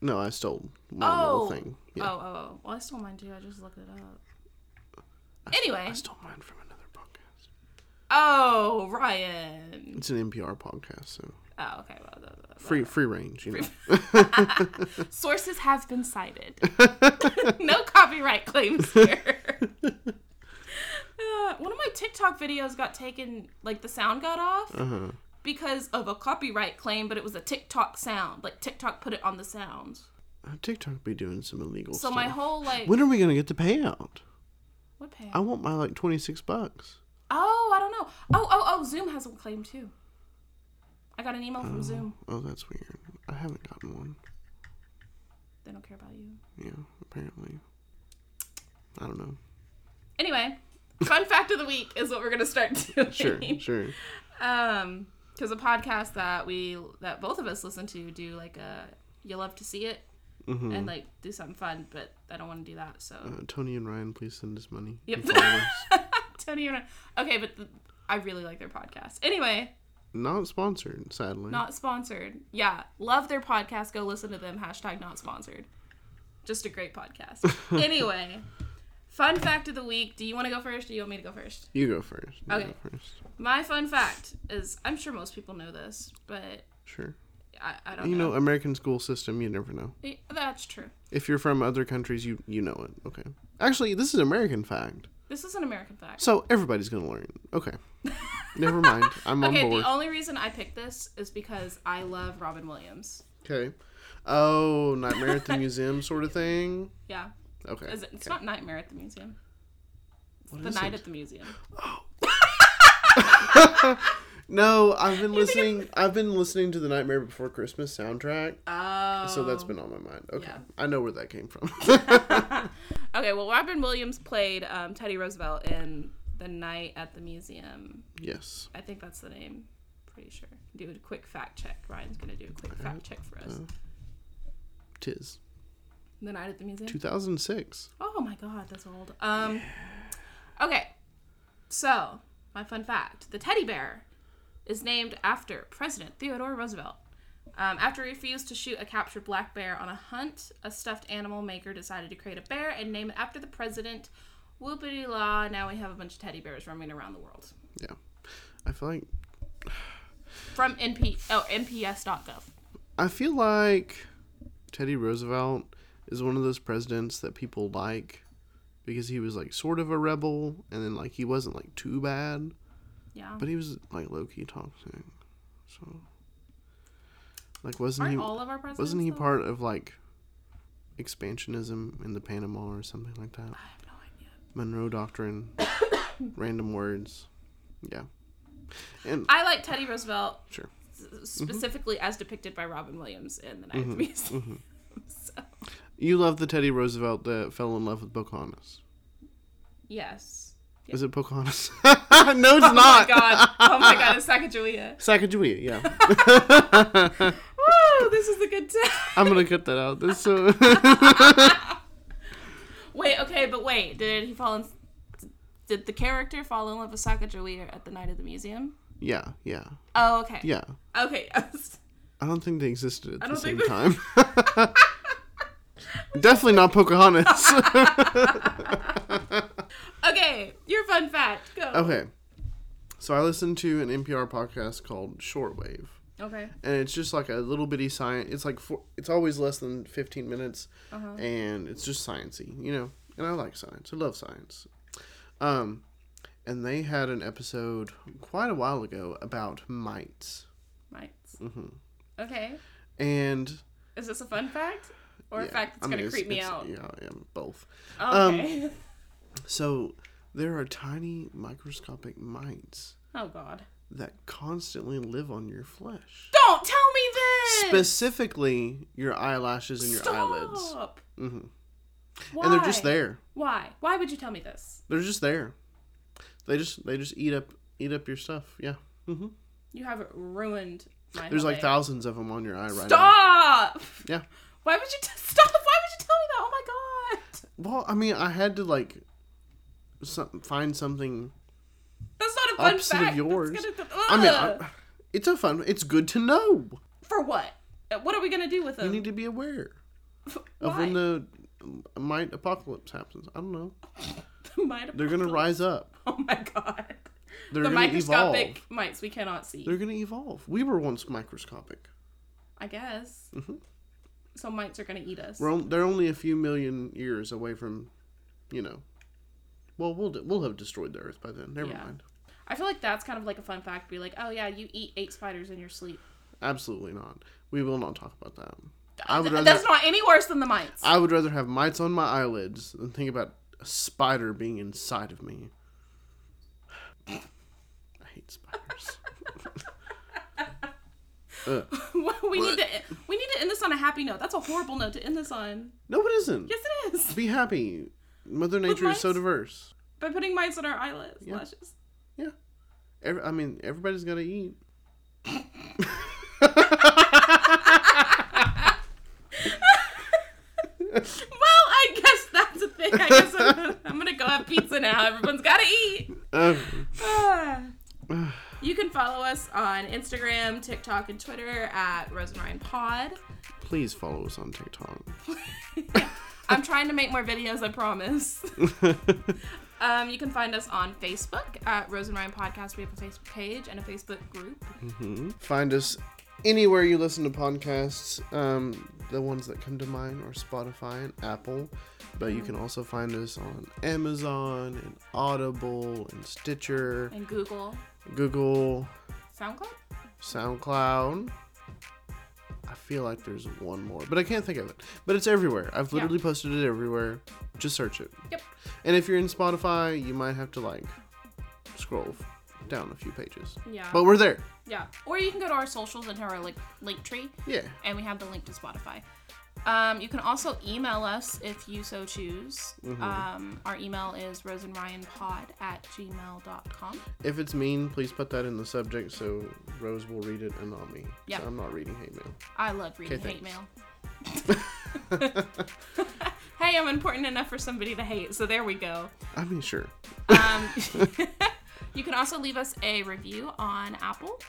B: No, I stole my little
A: Oh.
B: thing. Yeah.
A: Oh, oh, oh. Well, I stole mine too. I just looked it up. Anyway.
B: I stole mine from another podcast.
A: Oh, Ryan.
B: It's an NPR podcast, so
A: Oh, okay. Well, blah, blah, blah.
B: free free range, you know.
A: <laughs> Sources have been cited.
B: <laughs>
A: no copyright claims here. Uh, one of my TikTok videos got taken, like the sound got off
B: Uh-huh.
A: because of a copyright claim, but it was a TikTok sound. Like TikTok put it on the sound.
B: Uh, TikTok be doing some illegal
A: So
B: stuff.
A: my whole like
B: when are we gonna get the payout?
A: what page?
B: I want my like twenty six bucks.
A: Oh, I don't know. Oh, oh, oh, Zoom has a claim too. I got an email from Zoom.
B: Oh, that's weird. I haven't gotten one.
A: They don't care about you.
B: Yeah, apparently. I
A: <laughs>
B: don't know.
A: Anyway, <laughs> fun fact of the week is what we're gonna start <laughs> doing.
B: Sure, sure.
A: Um, because a podcast that we that both of us listen to do like a you love to see it
B: Mhm.
A: and like do something fun, but I don't want to do that. So
B: Uh, Tony and Ryan, please send us money.
A: Yep.
B: and follow us.
A: <laughs> Tony, you're not, okay, but th I really like their podcast. Anyway,
B: Not sponsored, sadly.
A: not sponsored. Yeah, love their podcast. Go listen to them. Hashtag not sponsored. Just a great
B: <laughs>
A: podcast. anyway, fun fact of the week. Do you want to go first? Or do you want me to go first?
B: you go first. You
A: Okay.
B: Go first.
A: My fun fact is I'm sure most people know this, but
B: Sure.
A: I, I don't
B: You know, uh, American school system. You never know.
A: know. That's true.
B: If you're from other countries, you you know it. Okay. Actually, this is an American fact,
A: This is an American fact.
B: so everybody's gonna learn.
A: <laughs>
B: Okay. never mind. I'm on
A: Okay,
B: board.
A: the only reason I picked this is because I love Robin Williams.
B: Okay. Oh, Nightmare
A: <laughs>
B: at the Museum sort of thing.
A: Yeah.
B: Okay.
A: Is it, it's
B: okay.
A: not Nightmare at the Museum. It's
B: What
A: the
B: is
A: Night
B: it?
A: at the Museum.
B: No, I've been listening. I've been listening to the Nightmare Before Christmas soundtrack,
A: Oh.
B: so that's been on my mind. Okay,
A: Yeah.
B: I know where that came from. <laughs>
A: Okay, well, Robin Williams played um, Teddy Roosevelt in The Night at the Museum.
B: yes,
A: I think that's the name. Pretty sure. Do a quick fact check. Ryan's going to do a quick fact check for us.
B: Uh. tis
A: The Night at the Museum?
B: 2006.
A: Oh my god, that's old. Um Okay. So, my fun fact. The teddy bear is named after President Theodore Roosevelt. Um, after he refused to shoot a captured black bear on a hunt, a stuffed animal maker decided to create a bear and name it after the president. Whoopity la, now we have a bunch of teddy bears roaming around the world.
B: Yeah, I feel like
A: From NP oh, NPS.gov.
B: I feel like Teddy Roosevelt is one of those presidents that people like because he was like sort of a rebel, and then like he wasn't like too bad,
A: Yeah.
B: but he was like low key toxic. So, like, wasn't
A: Aren't
B: he?
A: all of our presidents?
B: Wasn't he
A: though?
B: part of like expansionism in the Panama or something like that?
A: I have no idea.
B: Monroe
A: <coughs>
B: Doctrine, random words. Yeah. And
A: I like Teddy Roosevelt
B: sure. Mm-hmm.
A: specifically as depicted by Robin Williams in The Night at the
B: Mm-hmm.
A: Museum. so,
B: You love the Teddy Roosevelt that fell in love with Pocahontas.
A: yes.
B: Is
A: <laughs>
B: it Pocahontas? <laughs> no, it's not.
A: Oh my god. Oh my
B: <laughs>
A: god, it's Sacagawea. <laughs>
B: Sacagawea, yeah.
A: Woo, this is a good time.
B: I'm gonna cut that out. That's so <laughs>
A: Wait, okay, but wait. Did he fall in did the character fall in love with Sacagawea at the night of the museum?
B: Yeah, yeah.
A: Oh, okay.
B: Yeah.
A: Okay. <laughs> yes.
B: I don't think they existed at the
A: don't
B: same
A: think they-
B: time. <laughs> Definitely not Pocahontas.
A: <laughs> Okay, your fun fact. Go.
B: okay. So I listened to an NPR podcast called Shortwave.
A: Okay.
B: and it's just like a little bitty science. It's like four, it's always less than fifteen minutes,
A: Uh-huh.
B: and it's just sciency, you know. And I like science. I love science. Um, and they had an episode quite a while ago about mites.
A: Mites.
B: hmm
A: Okay.
B: And
A: Is this a fun fact? Or a
B: yeah,
A: fact that's
B: I
A: going
B: mean,
A: to
B: it's-
A: creep me
B: it's-
A: out?
B: Yeah, I am both. um,
A: Okay.
B: So there are tiny microscopic mites
A: <laughs> oh, God.
B: that constantly live on your flesh.
A: Don't tell me this!
B: Specifically, your eyelashes and your eyelids.
A: Stop!
B: hmm
A: Why?
B: And they're just there.
A: Why? Why would you tell me this?
B: They're just there. They just they just eat up eat up your stuff. Yeah. hmm
A: You have ruined my
B: There's
A: whole
B: like
A: day.
B: thousands of them on your eye right now.
A: Stop!
B: Yeah.
A: Why would you t- stop? Why would you tell me that? Oh my god,
B: Well, I mean, I had to like some, find something.
A: that's not a fun
B: Opposite of
A: fact. That's
B: yours.
A: gonna-
B: I mean,
A: Ugh.
B: I, it's a fun. It's good to know.
A: for what? Uh, What are we gonna do with
B: You
A: them?
B: need to be aware of
A: Why?
B: when the um, mite apocalypse happens. I don't know.
A: <laughs> The mite-
B: They're gonna rise up.
A: Oh my god.
B: They're
A: the
B: gonna
A: microscopic
B: evolve.
A: mites we cannot see.
B: They're gonna evolve. We were once microscopic.
A: I guess.
B: Mhm.
A: So mites are gonna eat us.
B: We're on, they're only a few million years away from, you know. Well, we'll de- we'll have destroyed the Earth by then. Never
A: Yeah.
B: mind.
A: I feel like that's kind of like a fun fact. Be like, oh yeah, you eat eight spiders in your sleep.
B: Absolutely not. We will not talk about Oh, that. I would
A: Th-
B: rather
A: That's not any worse than the mites.
B: I would rather have mites on my eyelids than think about a spider being inside of me. <sighs> I
A: <laughs>
B: hate spiders. Ugh.
A: <laughs> we need to e, we need to end this on a happy note. That's a horrible note to end this on.
B: No, it isn't.
A: Yes, it is.
B: Be happy. Mother Nature is so
A: mites-
B: diverse.
A: By putting mites on our eyelids,
B: Yeah.
A: lashes.
B: Every, I mean, everybody's got to eat.
A: <laughs> Well, I guess that's a thing. I guess I'm gonna, I'm gonna go have pizza now. Everyone's gotta eat. <sighs> Ah.
B: Um,
A: you can follow us on Instagram, TikTok, and Twitter at Rosemary and Pod.
B: please follow us on TikTok.
A: I'm trying to make more videos, I promise. <laughs>
B: Mm-hmm.
A: Um, you can find us on Facebook at Rosemary and Podcast. We have a Facebook page and a Facebook group.
B: Mhm. Find us anywhere you listen to podcasts. Um, the ones that come to mind are Spotify and Apple, but you can also find us on Amazon and Audible and Stitcher,
A: And Google,
B: Google,
A: SoundCloud?
B: SoundCloud. I feel like there's one more, but I can't think of it. But it's everywhere. I've
A: Yeah.
B: literally posted it everywhere. Just search it.
A: Yep.
B: And if you're in Spotify, you might have to like scroll down a few pages.
A: Yeah.
B: But we're there.
A: yeah. Or you can go to our socials and to our like link tree.
B: Yeah.
A: and we have the link to Spotify. Um, you can also email us if you so choose.
B: Mm-hmm.
A: Um, our email is rosenryanpod at gmail.com.
B: If it's mean, please put that in the subject so Rose will read it and not me.
A: Yeah.
B: So I'm not reading hate mail.
A: I love reading
B: Okay,
A: hate
B: thanks.
A: mail.
B: <laughs>
A: <laughs> hey, I'm important enough for somebody to hate, so there we go.
B: I mean, sure.
A: Um,
B: <laughs>
A: <laughs> you can also leave us a review on Apple,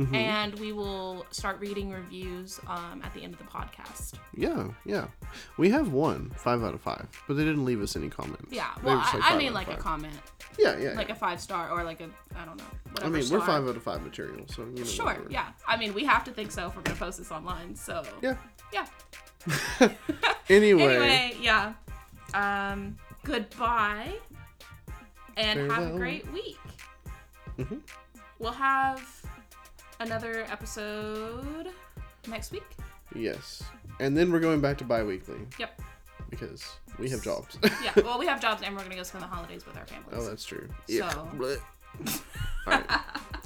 B: Mm-hmm.
A: and we will start reading reviews um, at the end of the podcast.
B: Yeah, yeah. We have one, five out of five, but they didn't leave us any comments.
A: Yeah,
B: They
A: well,
B: were just
A: I, I
B: five
A: made
B: out
A: like
B: of
A: a
B: five.
A: comment,
B: Yeah, yeah.
A: like
B: yeah.
A: a five star or like a, I don't know.
B: I
A: Whatever
B: mean, we're
A: star.
B: five out of five material, so you know.
A: Sure,
B: whatever.
A: yeah. I mean, we have to think so if we're going to post this online, so.
B: Yeah.
A: Yeah.
B: Anyway,
A: Anyway, yeah. Um, goodbye. And have a
B: Farewell.
A: great week.
B: Mhm.
A: We'll have another episode next week.
B: yes. And then we're going back to bi weekly
A: Yep.
B: because we have jobs. <laughs>
A: Yeah. well, we have jobs and we're going to go spend the holidays with our families.
B: oh, that's true. Yeah.
A: So- <laughs>
B: Blech. All right.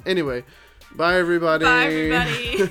B: Anyway, bye, everybody. <laughs>
A: Bye, everybody.